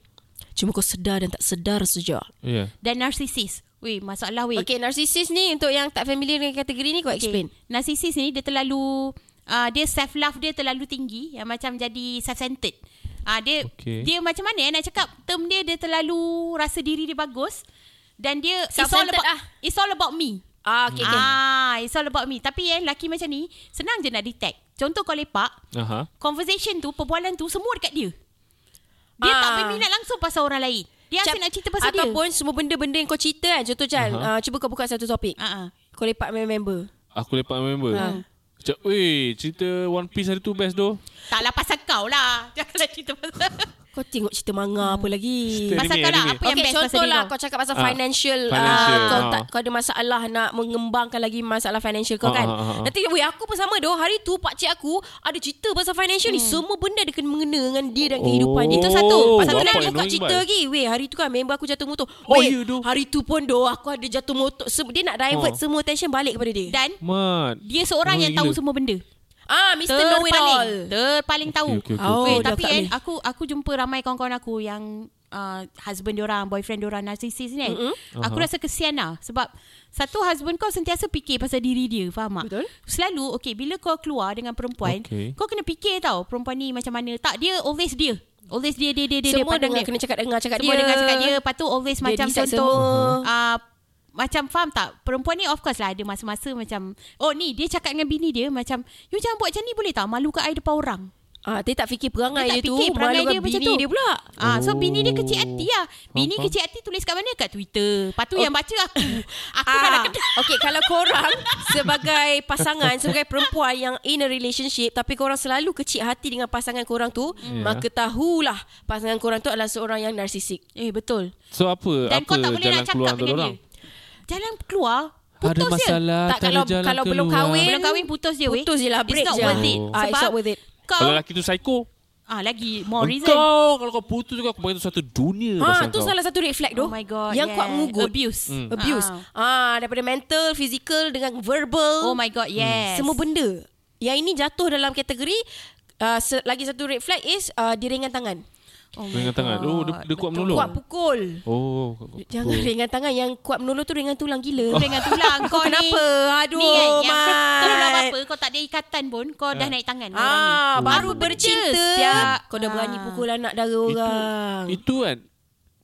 S3: Cuma kau sedar dan tak sedar saja
S2: Yeah.
S1: dan narsisis. Weh, masalah weh.
S3: Okay narcissist ni Untuk yang tak familiar dengan kategori ni Kau explain okay.
S1: Narsisis ni dia terlalu uh, dia self love dia terlalu tinggi yang macam jadi self centered. Ah uh, dia
S2: Okay.
S1: okay. dia macam mana eh nak cakap term dia dia terlalu rasa diri dia bagus dan dia it's all
S3: Self-centered
S1: about
S3: lah.
S1: it's all about me.
S3: Ah, okay, okay.
S1: Ah, it's all about me. Tapi eh laki macam ni senang je nak detect. Contoh kau lepak,
S2: Aha.
S1: conversation tu, perbualan tu semua dekat dia. Dia
S3: Ah.
S1: tak berminat langsung pasal orang lain. Dia asyik nak cerita pasal
S3: ataupun Ataupun semua benda-benda yang kau cerita kan Contoh Jan uh-huh. uh, Cuba kau buka satu topik
S1: dia. Ah, ah.
S3: Kau lepak main member
S2: Aku lepak member. Ha. Macam, weh, cerita One Piece hari tu best doh.
S1: Taklah pasal kau lah. Janganlah cerita pasal.
S3: Kau tengok cerita manga apa lagi
S2: Anime,
S1: Pasal kau nak
S2: anime.
S1: apa yang best pasal
S3: contoh
S1: diri
S3: lah
S1: kau?
S3: kau cakap pasal
S2: Ah,
S3: financial,
S2: financial,
S3: ah, kau
S2: ah.
S3: tak kau ada masalah nak mengembangkan lagi masalah financial kau
S2: Ah,
S3: kan.
S2: ah, ah, ah.
S3: Nanti weh aku pun sama doh. Hari tu pak cik aku ada cerita pasal financial ni.
S1: Hmm.
S3: Semua benda ada kena mengena dengan dia dan
S2: Oh.
S3: kehidupan dia. Itu satu. Pasal
S2: Bapak
S3: tu aku buka
S2: annoying
S3: cerita
S2: bye.
S3: lagi. Weh hari tu kan member aku jatuh motor.
S2: Oh,
S3: Weh
S2: you doh.
S3: hari tu pun doh aku ada jatuh motor. Sem- Dia nak divert
S2: Ah.
S3: semua attention balik kepada dia.
S1: Dan
S2: Mat.
S1: dia seorang
S2: Oh,
S1: yang
S2: gila.
S1: tahu semua benda.
S3: Ah Mr. Know It All.
S1: Terpaling. Terpaling tahu.
S2: Okay, okay, okay.
S3: Oh,
S1: Weh,
S3: dah
S1: tapi
S3: tak
S1: kan
S3: boleh.
S1: aku aku jumpa ramai kawan-kawan aku yang uh, husband diorang, boyfriend diorang narcissist ni. kan. Aku
S2: Aha.
S1: rasa kesian lah sebab satu husband kau sentiasa fikir pasal diri dia, faham tak?
S3: Betul.
S1: Selalu okay bila kau keluar dengan perempuan,
S2: Okay.
S1: kau kena fikir tau perempuan ni macam mana. Tak dia always dia. Always dia dia dia dia
S3: Semua
S1: dia pandang
S3: dengar
S1: dia.
S3: kena cakap dengar cakap
S1: Semua
S3: dia.
S1: dengar cakap dia Lepas tu always
S3: Dia
S1: macam
S3: decide
S1: contoh
S3: semua.
S1: uh, Macam faham tak Perempuan ni of course lah Ada masa-masa macam Oh ni dia cakap dengan bini dia Macam You jangan buat macam ni boleh tak Malu kat air depan orang
S3: Ah, dia tak fikir perangai
S1: Dia
S3: dia,
S1: tak
S3: tu
S1: fikir perangai
S3: malukan
S1: dia macam
S3: bini
S1: tu.
S3: dia pula
S1: Ah, so bini dia
S2: Oh.
S1: kecil hati lah Bini
S2: Faham,
S1: kecil hati tulis kat mana? Kat Twitter Lepas tu yang baca aku Aku dah nak
S3: Oh. Ah,
S1: kena
S3: okay, kalau korang sebagai pasangan, sebagai perempuan yang in a relationship tapi korang selalu kecil hati dengan pasangan korang tu,
S2: Ya.
S3: yeah. maka tahulah pasangan korang tu adalah seorang yang narsisik.
S1: Eh betul
S2: So apa?
S1: Dan
S2: apa
S1: kau tak boleh
S2: jalan
S1: nak cakap
S2: keluar
S1: dengan
S2: untuk
S1: dia
S2: orang?
S1: Jalan keluar Putus
S2: ada
S1: je
S2: masalah,
S3: Tak,
S2: tak, ada
S3: kalau
S2: jalan
S3: kalau
S2: keluar.
S3: belum kahwin,
S1: Belum kahwin putus je weh
S3: Putus je lah, break
S1: It's not
S3: je.
S1: worth it
S2: Oh.
S3: Ah,
S1: Sebab
S3: it's not worth it.
S1: Kau
S2: Kalau lelaki tu psycho.
S1: ah, Lagi more reason
S2: Engkau, kalau kau putus juga, aku bagi tu satu dunia
S3: Ha,
S2: pasal
S3: tu
S2: kau.
S3: salah satu red flag tu.
S1: Oh my god
S3: Yang
S1: yeah.
S3: kuat mengugut.
S1: Abuse
S2: Hmm.
S3: Abuse. Ah, daripada mental, physical dengan verbal.
S1: Oh my god yes
S3: Hmm. Semua benda. Yang ini jatuh dalam kategori uh, se- lagi satu red flag is uh, dia ringan tangan.
S1: Oh my
S2: Dengan tangan.
S1: God.
S2: Oh, dia, dia kuat menolong.
S3: Kuat pukul.
S2: Oh, kuat pukul.
S3: Jangan ringan tangan Yang kuat menolong tu ringan tulang gila
S1: Dengan tulang kau ni
S3: Kenapa? Aduh,
S1: Ni kan yang
S3: Mat.
S1: Kau dah apa-apa Kau tak ada ikatan pun Kau dah naik tangan orang ni.
S3: Ah,
S2: Oh.
S3: Baru
S1: Apa benda
S3: bercinta
S1: siap?
S3: Kau dah berani
S1: Ah.
S3: pukul anak dara
S2: Itu,
S3: orang
S2: itu kan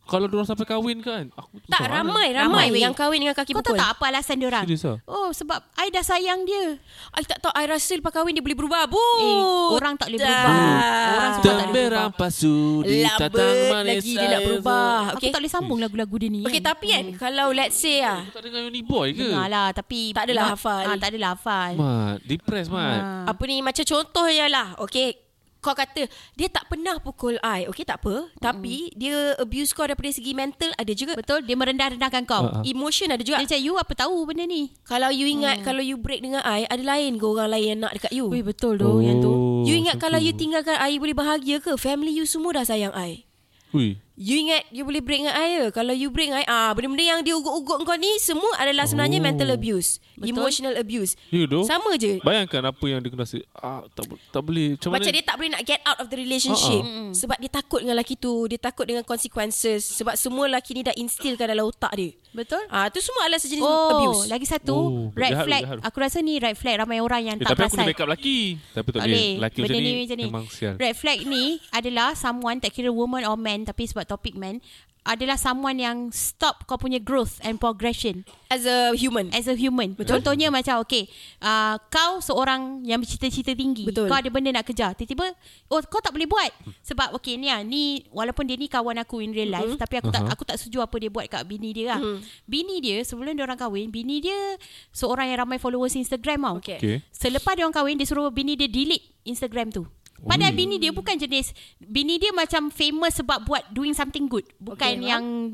S2: kalau diorang sampai kahwin kan aku tu
S3: Tak
S2: macam mana?
S3: ramai,
S1: Ramai,
S3: ramai,
S1: weh.
S3: yang kahwin dengan kaki
S1: Kau tahu
S3: pukul.
S1: tak apa alasan dia orang?
S2: Serius ah?
S1: Oh sebab I dah sayang dia.
S3: I tak tahu I rasa lepas kahwin dia boleh berubah. Bu.
S1: Eh, orang tak boleh berubah. Orang semua tak
S2: Hitam
S1: boleh
S2: merah pasu di tatang
S3: Lambat
S2: manis
S3: lagi dia nak
S2: saya.
S3: berubah.
S1: Okay.
S3: Okay.
S1: Aku tak boleh sambung lagu-lagu dia ni.
S3: Okay
S1: kan.
S3: tapi kan kalau let's say ah
S1: Hmm.
S2: Kau tak dengar Uni Boy ke?
S1: Dengar lah tapi
S3: Tak adalah hafal.
S1: Ah, tak adalah hafal.
S2: Mat,
S1: Ah,
S2: depressed Mat.
S3: Apa ni macam contohnya lah Okay kau kata dia tak pernah pukul I okay tak apa
S1: Hmm.
S3: tapi dia abuse kau daripada segi mental ada juga
S1: Betul dia merendah-rendahkan kau.
S2: Ah, ah.
S3: emotion ada juga
S1: Dia macam you apa tahu benda ni.
S3: kalau you ingat kalau you break dengan I ada lain ke orang lain yang nak dekat you
S1: Weh betul doh oh. yang tu.
S3: you ingat kalau you tinggalkan I you boleh bahagia ke family you semua dah sayang I
S2: Ui.
S3: You ingat you boleh break dengan I ke? Kalau you break dengan I, ah, benda-benda yang dia ugut-ugut kau ni semua adalah sebenarnya
S2: Oh.
S3: oh. mental abuse.
S1: Betul.
S3: Betul? Emotional abuse.
S2: You do?
S3: Sama je.
S2: Bayangkan apa yang dia kena rasa. Ah, tak, bo- tak boleh. Macam,
S3: Macam
S2: mana?
S3: dia tak boleh nak get out of the relationship
S2: Ah,
S3: uh-uh. Sebab dia takut dengan lelaki tu Dia takut dengan consequences Sebab semua lelaki ni dah instillkan dalam otak dia
S1: Betul?
S3: Ah tu semua adalah sejenis
S1: Oh,
S3: abuse
S1: lagi satu
S2: Oh,
S1: oh, red
S2: berjahat,
S1: flag.
S2: berjahat.
S1: Aku rasa ni red flag ramai orang yang
S2: Eh, tapi
S1: tak
S2: aku
S1: perasan.
S2: boleh backup lelaki. Tapi tak
S1: Tak
S2: boleh. Lelaki
S1: Benda
S2: macam ni,
S1: ni macam ni.
S2: memang sial.
S1: Red flag ni adalah someone tak kira woman or man tapi sebab topik man adalah someone yang stop kau punya growth and progression
S3: As a human
S1: as a human. Betul. Contohnya macam okay, uh, kau seorang yang bercita-cita tinggi.
S3: Betul.
S1: Kau ada benda nak kejar. Tiba-tiba oh kau tak boleh buat sebab okay ni ah ni walaupun dia ni kawan aku in real
S3: Mhm.
S1: life tapi aku tak
S2: Aha.
S1: aku tak setuju apa dia buat kat bini dia lah. Bini dia sebelum dia orang kahwin, bini dia seorang yang ramai followers Instagram tau.
S3: Okay.
S2: Okay.
S1: Selepas dia orang kahwin Dia suruh bini dia delete Instagram tu Padahal
S2: Ui.
S1: bini dia bukan jenis Bini dia macam famous sebab buat doing something good Bukan
S3: Okay,
S1: yang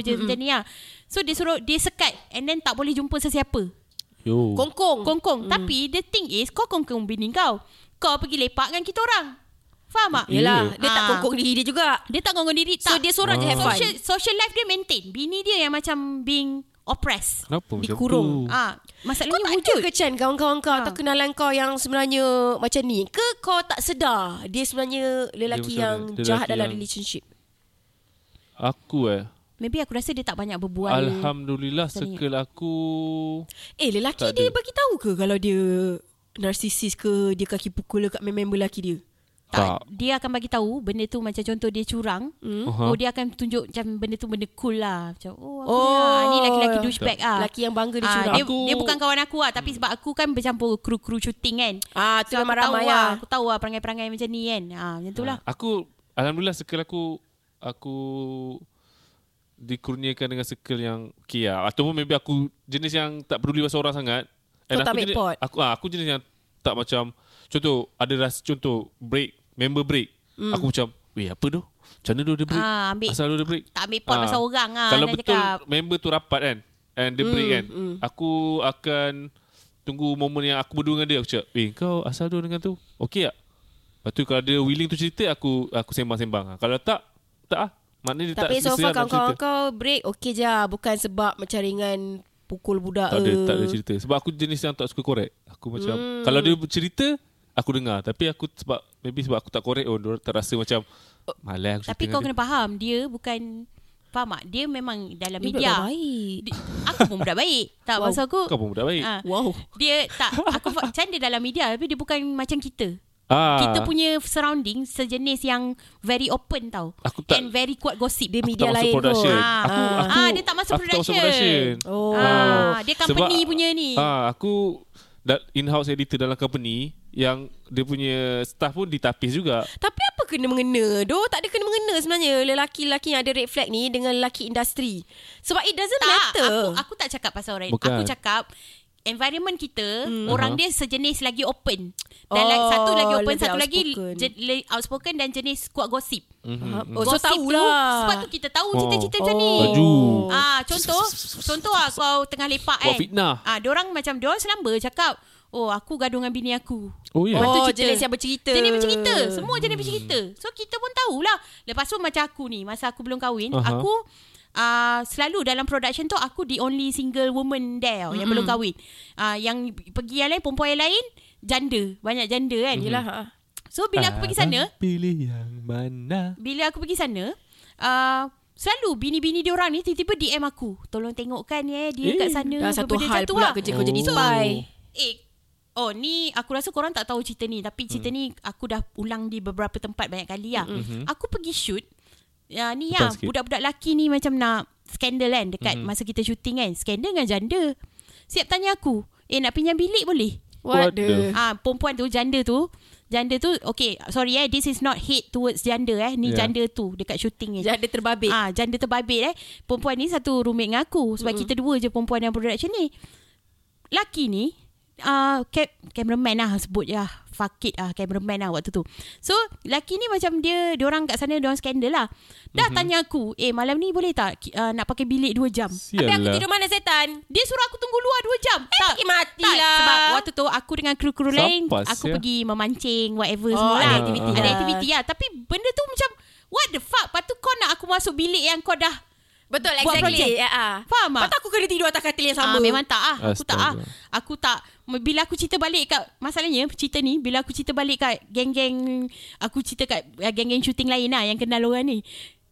S2: Aha,
S1: je macam ni lah So dia suruh dia sekat And then tak boleh jumpa sesiapa
S2: Yo.
S3: Kongkong
S1: Kongkong Tapi the thing is Kau kongkong bini kau Kau pergi lepak dengan kita orang Faham tak?
S3: Yelah Dia tak
S1: Ah.
S3: kongkong diri dia juga
S1: Dia tak kongkong diri
S3: So
S1: tak.
S3: dia seorang je have fun
S1: social, social life dia maintain Bini dia yang macam being oppressed
S2: Kenapa macam
S3: Dikurung.
S2: tu?
S1: Ah,
S3: Kau
S1: Masalahnya
S3: tak ada
S1: wujud
S3: ke Chan Kawan-kawan kau
S1: Ha.
S3: Atau kenalan kau yang sebenarnya Macam ni Ke kau tak sedar Dia sebenarnya Lelaki
S2: Dia macam
S3: yang
S2: lelaki
S3: jahat dalam
S2: yang-
S3: relationship
S2: Aku eh.
S1: Maybe aku rasa dia tak banyak berbual
S2: Alhamdulillah
S1: Macam ni.
S2: circle aku.
S3: Eh lelaki
S2: Tak
S3: dia
S2: ada.
S3: bagi tahu ke Kalau dia Narsisis ke Dia kaki pukul dekat member lelaki dia
S1: tak, dia akan bagi tahu benda tu macam contoh dia curang hmm?
S2: Aha.
S1: oh dia akan tunjuk macam benda tu benda cool lah macam oh
S3: Oh.
S1: aku oh. ni laki-laki douchebag ah
S3: Lelaki yang bangga dia
S1: Ah,
S3: curang
S1: dia,
S2: Aku-
S1: dia bukan kawan aku lah Tapi sebab aku kan Bercampur kru-kru syuting kan
S3: Ah, tu
S1: So, aku
S3: memang
S1: tahu
S3: ramai
S1: lah
S3: lah.
S1: Aku tahu lah Perangai-perangai macam ni kan ah, Macam tu lah
S2: Ah, Aku alhamdulillah circle aku aku dikurniakan dengan circle yang okay lah. Ataupun maybe aku jenis yang tak peduli pasal orang sangat.
S3: Kau tak
S2: aku
S3: ambil
S2: jenis,
S3: pot?
S2: aku, ah, aku jenis yang tak macam contoh ada ras contoh break member break. Mm. Aku macam weh apa tu? Macam mana tu dia break?
S1: Ah, ambil-
S2: Asal tu dia break?
S1: Tak ambil pot pasal orang lah,
S2: Kalau
S1: nak
S2: betul
S1: cakap.
S2: member tu rapat kan and dia break kan. Aku akan tunggu momen yang aku berdua dengan dia aku cakap, "Eh kau asal tu dengan tu? Okey tak?" Lepas tu kalau dia willing tu cerita aku aku sembang-sembang. Ah, Kalau tak tak ah. Maknanya dia tak
S3: Tapi so
S2: sesiap
S3: far
S2: nak
S3: kawan-kawan
S2: cerita.
S3: kau break okey je lah. Bukan sebab macam ringan pukul budak
S2: tak ada
S3: ke.
S2: tak ada cerita. Sebab aku jenis yang tak suka korek. Aku macam kalau dia cerita aku dengar tapi aku sebab maybe sebab aku tak korek oh dia terasa macam malas aku cerita.
S1: Tapi
S2: dengan
S1: kau
S2: dia."
S1: kena faham Dia bukan Faham tak Dia memang dalam
S3: Dia budak
S1: media
S3: dah baik.
S1: Dia- Aku pun budak baik Tak
S3: Wow.
S1: maksud aku
S2: kau pun budak baik.
S1: ah,
S3: Wow.
S1: Dia tak Aku fa- macam dia dalam media Tapi dia bukan macam kita
S2: Ah.
S1: Kita punya surrounding sejenis yang very open tau.
S2: Aku tak-
S1: And very kuat gosip.
S3: Dia
S2: tak
S3: media
S2: masuk
S3: lain
S2: production.
S3: kot.
S1: Ah.
S2: Aku, aku,
S1: Ah, dia tak
S2: aku
S1: masuk
S2: tak masuk
S1: production.
S2: production.
S3: Oh.
S1: Ah, dia
S2: Sebab-
S1: company punya ni.
S2: Ah, aku da- in-house editor dalam company yang dia punya staff pun ditapis juga.
S3: Tapi apa kena mengena? Doh tak ada kena mengena sebenarnya lelaki-lelaki yang ada red flag ni dengan lelaki industri. Sebab it doesn't
S1: tak,
S3: matter.
S1: aku, aku tak cakap pasal orang.
S2: Bukan.
S1: Aku cakap environment kita, orang
S2: Aha.
S1: dia sejenis lagi open.
S3: Hmm.
S1: Dan
S3: Oh,
S1: like, satu lagi open,
S3: lebih
S1: satu lagi
S3: outspoken.
S1: je, le, outspoken dan jenis kuat gosip.
S2: Mhm,
S3: Ah,
S1: Oh,
S3: oh, so
S1: gosip tu,
S3: tahulah.
S1: sebab tu kita tahu
S2: Oh.
S1: cerita-cerita macam ni.
S3: Oh.
S2: Baju.
S1: Ah, contoh contoh ah kau tengah lepak
S2: Buat
S1: kan.
S2: fitnah.
S1: Ah, diorang macam diorang selamba cakap, "Oh, aku gaduh dengan bini aku."
S2: Oh, ya.
S1: Lepas tu
S3: Oh,
S1: cerita.
S3: jenis yang bercerita.
S1: Jenis bercerita. Semua jenis bercerita. So kita pun tahulah. Lepas tu macam aku ni, masa aku belum kahwin,
S2: Aha.
S1: aku Uh, selalu dalam production tu aku the only single woman there mm-hmm. yang belum kahwin. Uh, yang pergi yang lain perempuan yang lain janda, banyak janda
S2: Mhm.
S1: kan.
S3: Yelah. ah.
S1: So bila aku pergi
S3: eh?
S1: sana,
S2: Abang Pilih yang mana?
S1: bila aku pergi sana, uh, selalu bini-bini dia orang ni tiba-tiba DM aku. Tolong tengokkan eh dia
S2: Eh,
S1: eh, kat sana.
S3: Dah satu
S1: benda
S3: hal
S1: macam tu
S3: pula
S1: lah.
S3: kerja kau jadi
S2: Oh.
S3: spy.
S1: Eh, oh ni aku rasa korang tak tahu cerita ni. Tapi cerita hmm. ni aku dah ulang di beberapa tempat banyak kali lah. Mm-hmm. Aku pergi shoot. uh, ni
S2: Betul
S1: ya,
S2: sikit.
S1: budak-budak lelaki ni macam nak skandal kan dekat mm-hmm. masa kita syuting kan. Skandal dengan janda. Siap tanya aku, "Eh nak pinjam bilik boleh?"
S2: What
S3: What the?
S2: the-
S1: Ah, perempuan tu janda tu Janda tu Okay sorry eh This is not hate towards janda eh
S2: Yeah.
S1: Ni yeah. janda tu Dekat syuting ni
S3: Jadi terbabit.
S1: Ah, janda terbabit eh. Perempuan ni satu roommate dengan aku sebab mm-hmm. kita dua je perempuan yang production ni. Laki ni ah uh, cap cameraman lah sebut ya. Fuck it ah cameraman lah waktu tu. So laki ni macam dia diorang kat sana diorang skandal lah. Dah mm-hmm. tanya aku, "Eh malam ni boleh tak ki- ah, nak pakai bilik 2 jam?"
S3: Tapi aku
S2: Sialah.
S3: tidur mana setan?
S1: Dia suruh aku tunggu luar 2 jam.
S3: Eh, tak, mati
S1: Tak,
S3: lah.
S1: sebab waktu tu aku dengan kru-kru lain
S2: Sampas,
S1: aku
S2: ya.
S1: pergi memancing whatever
S3: Oh,
S1: semua
S3: ada
S1: lah.
S2: aktiviti
S1: ada
S3: lah.
S1: aktiviti lah. Tapi benda tu macam what the fuck? Lepas tu kau nak aku masuk bilik yang kau dah
S3: Betul,
S1: Buat projek.
S3: exactly. Ya, ah.
S1: Faham tak?
S3: Patut aku kena tidur atas katil yang
S1: Ah,
S3: sama.
S1: memang tak ah. Aku
S2: Astaga.
S1: tak ah. Aku tak bila aku cerita balik kat masalahnya cerita ni bila aku cerita balik kat geng-geng aku cerita kat uh, geng-geng syuting lain lah yang kenal orang ni.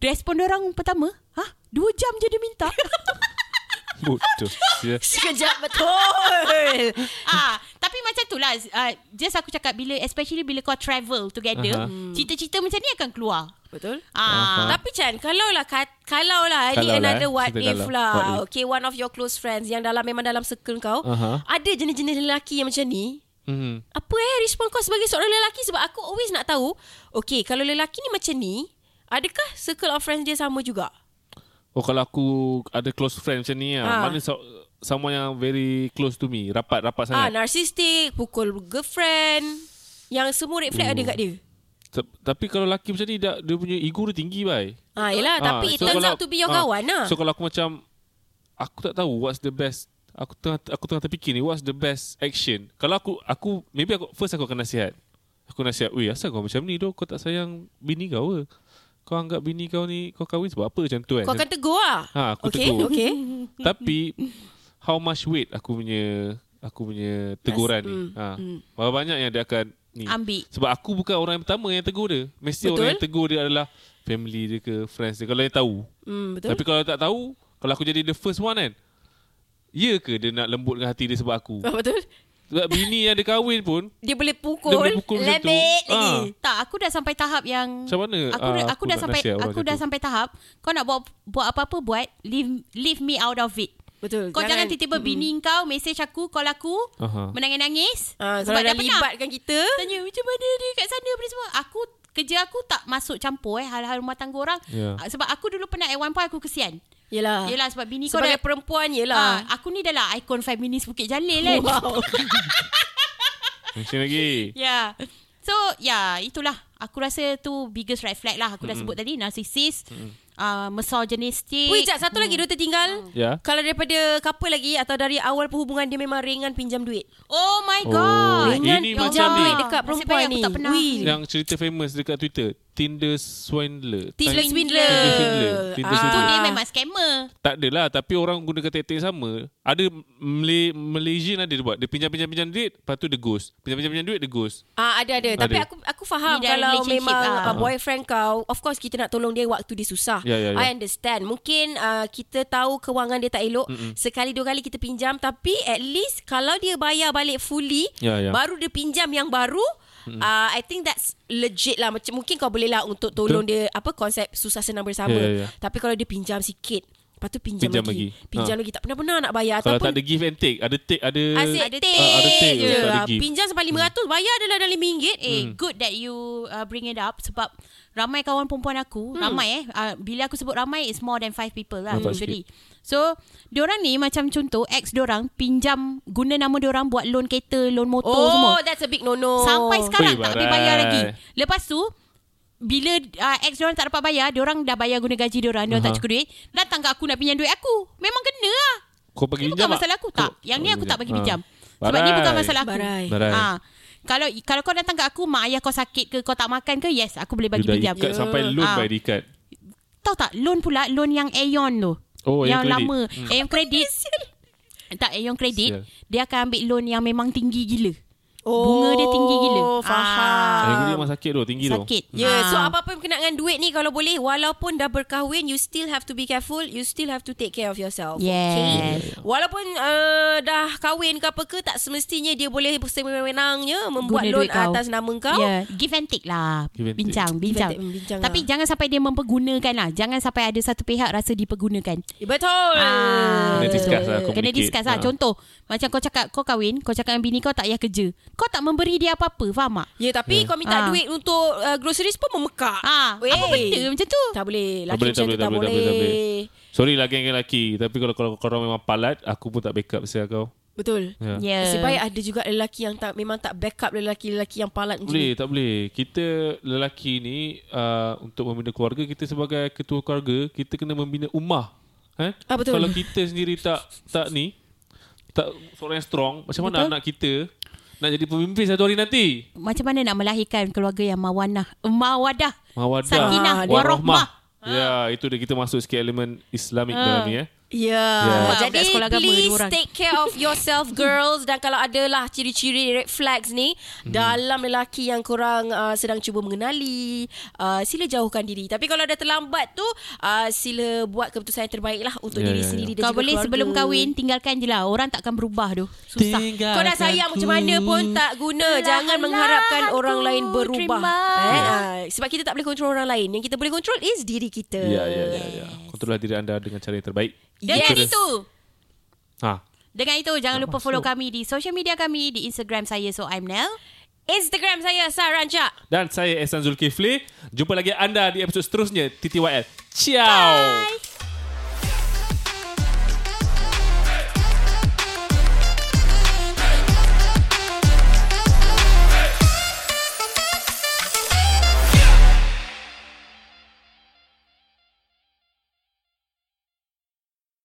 S1: Respon orang pertama, "Hah? Dua jam je dia minta."
S2: Bodoh. sia.
S3: Sekejap betul.
S1: ah, tapi macam tu lah uh, just aku cakap bila especially bila kau travel together,
S2: Aha.
S1: Hmm. cerita-cerita macam ni akan keluar.
S3: Betul?
S1: Ah.
S3: Tapi Chan, kalau lah kat- kalau lah ini
S2: Kalau lah,
S3: another
S2: eh.
S3: what
S2: Kita
S3: if
S2: kalau.
S3: lah.
S2: What if.
S3: Okay, one of your close friends yang dalam memang dalam circle kau.
S2: Aha.
S3: Ada jenis-jenis lelaki yang macam ni.
S2: Mhm.
S3: Apa eh respon kau sebagai seorang lelaki sebab aku always nak tahu, okay, kalau lelaki ni macam ni, adakah circle of friends dia sama juga?
S2: Oh kalau aku ada close friend macam ni
S3: Ah.
S2: ah. Mana so, someone yang very close to me, rapat-rapat
S3: Ah,
S2: sangat.
S3: narcissistic, pukul girlfriend, yang semua red flag ada
S2: Hmm.
S3: kat dia.
S2: Ta- Tapi kalau lelaki macam ni dia, dia punya ego dia tinggi bai.
S3: Ah, yelah, tapi it turns out to be your kawan lah.
S2: ah, So kalau aku macam aku tak tahu what's the best aku tengah aku tengah terfikir ni what's the best action. Kalau aku aku maybe aku first aku akan nasihat. Aku nasihat, "Weh, asal kau macam ni doh? Kau tak sayang bini kau ke? Kau anggap bini kau ni kau kahwin sebab apa macam tu kan?"
S3: Kau akan tegur lah.
S2: Ha, aku
S3: okay,
S2: tegur.
S3: Okay.
S2: Tapi how much weight aku punya aku punya teguran ni.
S3: mm,
S2: Ha. Berapa banyak yang dia akan ni.
S1: Ambil.
S2: Sebab aku bukan orang yang pertama yang tegur dia.
S3: Betul.
S2: Mesti Betul. orang yang tegur dia adalah family dia ke friends dia kalau dia tahu.
S3: Hmm,
S2: Betul.
S3: betul.
S2: Tapi kalau tak tahu, kalau aku jadi the first one kan. Ya ke dia nak lembutkan hati dia sebab aku?
S3: Ah, betul.
S2: Sebab bini yang dia kahwin pun
S3: Dia boleh pukul,
S2: Dia boleh pukul macam tu.
S3: lebih
S2: Ah.
S3: lagi.
S1: Tak, aku dah sampai tahap yang
S2: Macam mana,
S1: Aku,
S2: ah,
S1: dah,
S2: aku
S1: aku dah
S2: nak
S1: sampai
S2: nasihat orang
S1: aku
S2: macam
S1: dah
S2: tu?
S1: sampai tahap kau nak buat buat apa-apa buat leave leave me out of it.
S3: Betul.
S1: Kau jangan tiba-tiba bini kau message aku, call aku,
S2: Aha.
S1: menangis-nangis
S3: Ah, sebab dah
S1: penat.
S3: libatkan kita.
S1: Tanya macam mana dia kat sana apa ni semua. Aku kerja aku tak masuk campur eh hal-hal rumah tangga orang.
S2: Ya.
S1: Ah, Sebab aku dulu pernah at one point aku kesian.
S3: Yelah.
S1: Yelah sebab bini
S3: Ah.
S1: kau
S3: Sebagai
S1: dah
S3: perempuan
S1: Ah,
S3: yelah.
S1: aku ni adalah ikon feminis Bukit Jalil kan.
S3: Wow.
S2: macam lagi.
S1: Ya. Yeah. So, ya, yeah, itulah. Aku rasa tu biggest red flag lah. Aku dah sebut tadi, narcissist, mm. uh, misogynistic.
S3: Wait, jap. Satu lagi
S1: Hmm.
S3: dua tertinggal.
S2: Ya.
S3: Kalau daripada couple lagi atau dari awal perhubungan dia memang ringan pinjam duit.
S1: Oh my
S2: Oh,
S1: god.
S2: Ringan
S1: Ya
S2: ini
S1: Allah.
S2: macam ni.
S3: dekat
S1: Nasib
S3: perempuan
S1: baik Aku
S3: ni.
S1: tak pernah.
S3: Wih.
S2: Yang cerita famous dekat Twitter, Tinder swindler.
S3: Tinder
S2: Time-
S3: swindler.
S2: Tinder swindler. Tinder
S3: Ah.
S1: Tu
S2: swindler.
S1: dia memang scammer.
S2: Tak adalah Tapi orang guna kata-kata yang sama Ada Malay, Malaysian ada dia buat Dia pinjam-pinjam-pinjam duit Lepas tu dia ghost Pinjam-pinjam duit dia ghost
S3: Ah ada ada tapi
S2: Ada.
S3: aku aku faham
S1: Ni dalam
S3: kalau
S1: relationship
S3: memang
S1: lah.
S3: ah. boyfriend kau of course kita nak tolong dia waktu dia susah.
S2: Ya, ya, ya.
S3: I understand. Mungkin uh, kita tahu kewangan dia tak elok Mm-mm. sekali dua kali kita pinjam tapi at least kalau dia bayar balik fully
S2: Ya, ya.
S3: baru dia pinjam yang baru Uh, I think that's legit lah Macam Mungkin kau boleh lah Untuk tolong dia Apa konsep Susah senang bersama
S2: Ya, ya, ya.
S3: Tapi kalau dia pinjam sikit Lepas tu pinjam,
S2: Pinjam
S3: lagi.
S2: lagi.
S3: Pinjam
S2: Ha.
S3: lagi Tak pernah-pernah nak bayar
S2: Kalau tak
S3: Ataupun
S2: ada give and take Ada take Ada
S3: Asyik
S1: Ada
S3: ada
S1: take
S3: take,
S2: ada take je,
S3: je.
S2: tak ada give.
S3: Pinjam sampai RM500 Bayar adalah dalam RM5
S1: Eh, good that you uh, bring it up sebab ramai kawan perempuan aku, hmm. ramai eh. Uh, bila aku sebut ramai, it's more than five people lah
S2: Nampak
S1: usually. So, diorang ni macam contoh, ex diorang pinjam guna nama diorang buat loan kereta, loan motor
S3: Oh,
S1: semua.
S3: that's a big no-no.
S1: Sampai
S2: Ui,
S1: sekarang
S2: barai.
S1: tak boleh bayar lagi. Lepas tu bila uh, ex diorang tak dapat bayar, diorang dah bayar guna gaji diorang, diorang
S2: Aha.
S1: tak cukup duit, datang kat aku nak pinjam duit aku. Memang kena lah.
S2: Kau bagi pinjam
S1: Ini bukan
S2: tak?
S1: masalah aku tak.
S2: Kau-
S1: Yang ni
S2: kau
S1: aku tak bagi
S2: pinjam.
S1: pinjam.
S2: Ha.
S1: Sebab ni
S2: lah. Barai.
S1: bukan masalah aku.
S3: Barai.
S2: Barai.
S1: Ha. Kalau kalau kau datang kat aku, mak ayah kau sakit ke, kau tak makan ke, yes, aku boleh
S2: You
S1: bagi
S2: dah
S1: pinjam.
S2: ikat sampai loan
S1: Ah.
S2: by dikat
S1: Tahu tak, loan pula, loan yang Aeon tu.
S2: Oh, Aeon
S1: yang
S2: Credit.
S1: lama. Aeon kredit. tak, Aeon kredit,
S2: Sial.
S1: dia akan ambil loan yang memang tinggi gila.
S3: Oh,
S1: Bunga dia tinggi gila. Ah,
S3: faham.
S2: Ayam gulai memang sakit tu, tinggi tu.
S1: Sakit.
S3: Ya, yeah, so
S1: Ah.
S3: apa-apa yang berkenaan dengan duit ni kalau boleh walaupun dah berkahwin you still have to be careful, you still have to take care of yourself.
S1: Yes.
S3: Okay. Walaupun uh, dah kahwin ke apa ke tak semestinya dia boleh semenang-menangnya membuat
S1: Guna
S3: loan
S1: duit kau.
S3: atas nama kau.
S1: Ya, give and take lah.
S2: Give and take.
S1: Bincang, bincang.
S3: take, bincang
S1: Tapi
S3: lah.
S1: jangan sampai dia mempergunakan lah. Jangan sampai ada satu pihak rasa dipergunakan.
S3: Ya, Betul.
S1: Ah,
S2: Kena discuss lah
S1: Kena
S2: communicate.
S1: discuss lah.
S2: Ah.
S1: Contoh, macam kau cakap kau kahwin, kau cakap dengan bini kau tak payah kerja. Kau tak memberi dia apa-apa, faham tak?
S3: Ya, tapi kau minta
S1: Ah.
S3: duit untuk uh, groceries pun memekak.
S1: Ah, apa benda macam tu?
S3: Eh. Tak boleh. Laki macam
S2: Tak boleh, tak
S3: tu tak
S2: boleh, tak boleh,
S3: boleh.
S2: tak boleh, Sorry lah geng lelaki. Tapi kalau kalau korang memang palat, aku pun tak backup saya kau.
S3: Betul.
S2: Ya. Yeah.
S1: Ya.
S3: Nasib baik ada juga lelaki yang tak memang tak backup lelaki-lelaki yang palat macam
S2: Boleh,
S3: ni.
S2: tak boleh. Kita lelaki ni uh, untuk membina keluarga, kita sebagai ketua keluarga, kita kena membina ummah. Eh?
S3: Ah, betul.
S2: Kalau kita sendiri tak tak ni, tak seorang yang strong, macam mana
S1: Betul.
S2: anak kita nak jadi pemimpin satu hari nanti?
S1: Macam mana nak melahirkan keluarga yang mawanah, mawadah,
S2: Mawadah.
S1: sakinah,
S3: Ah,
S1: warohmah.
S2: Ya, itu dia kita masuk sikit elemen Islamik dalam ni eh.
S3: Ya.
S2: Ya.
S1: Nampak
S3: Jadi
S1: budak sekolah agama
S3: please
S1: dua orang.
S3: take care of yourself girls dan kalau adalah ciri-ciri red flags ni dalam lelaki yang korang uh, sedang cuba mengenali, uh, sila jauhkan diri. Tapi kalau dah terlambat tu, uh, sila buat keputusan yang terbaik lah untuk
S2: Ya,
S3: diri
S2: ya, ya.
S3: sendiri dan
S1: Kau
S3: juga
S1: boleh
S3: keluarga.
S1: sebelum kahwin tinggalkan je lah. Orang takkan berubah tu.
S3: Susah. Kau dah sayang macam mana pun tak guna. Jangan
S1: Lah,
S3: mengharapkan
S1: aku
S3: orang lain berubah.
S1: terima.
S3: Eh? ah, Sebab kita tak boleh kontrol orang lain. Yang kita boleh kontrol is diri kita.
S2: Ya, ya, ya, ya. Kontrollah diri anda dengan cara yang terbaik.
S1: Dengan
S2: Terus.
S1: itu.
S2: Ha.
S1: Dengan itu jangan lupa follow kami di social media kami di Instagram saya so I'm Nell.
S3: Instagram saya Saranca.
S2: Dan saya Ehsan Zulkifli. Jumpa lagi anda di episod seterusnya TTYL. Ciao. Bye.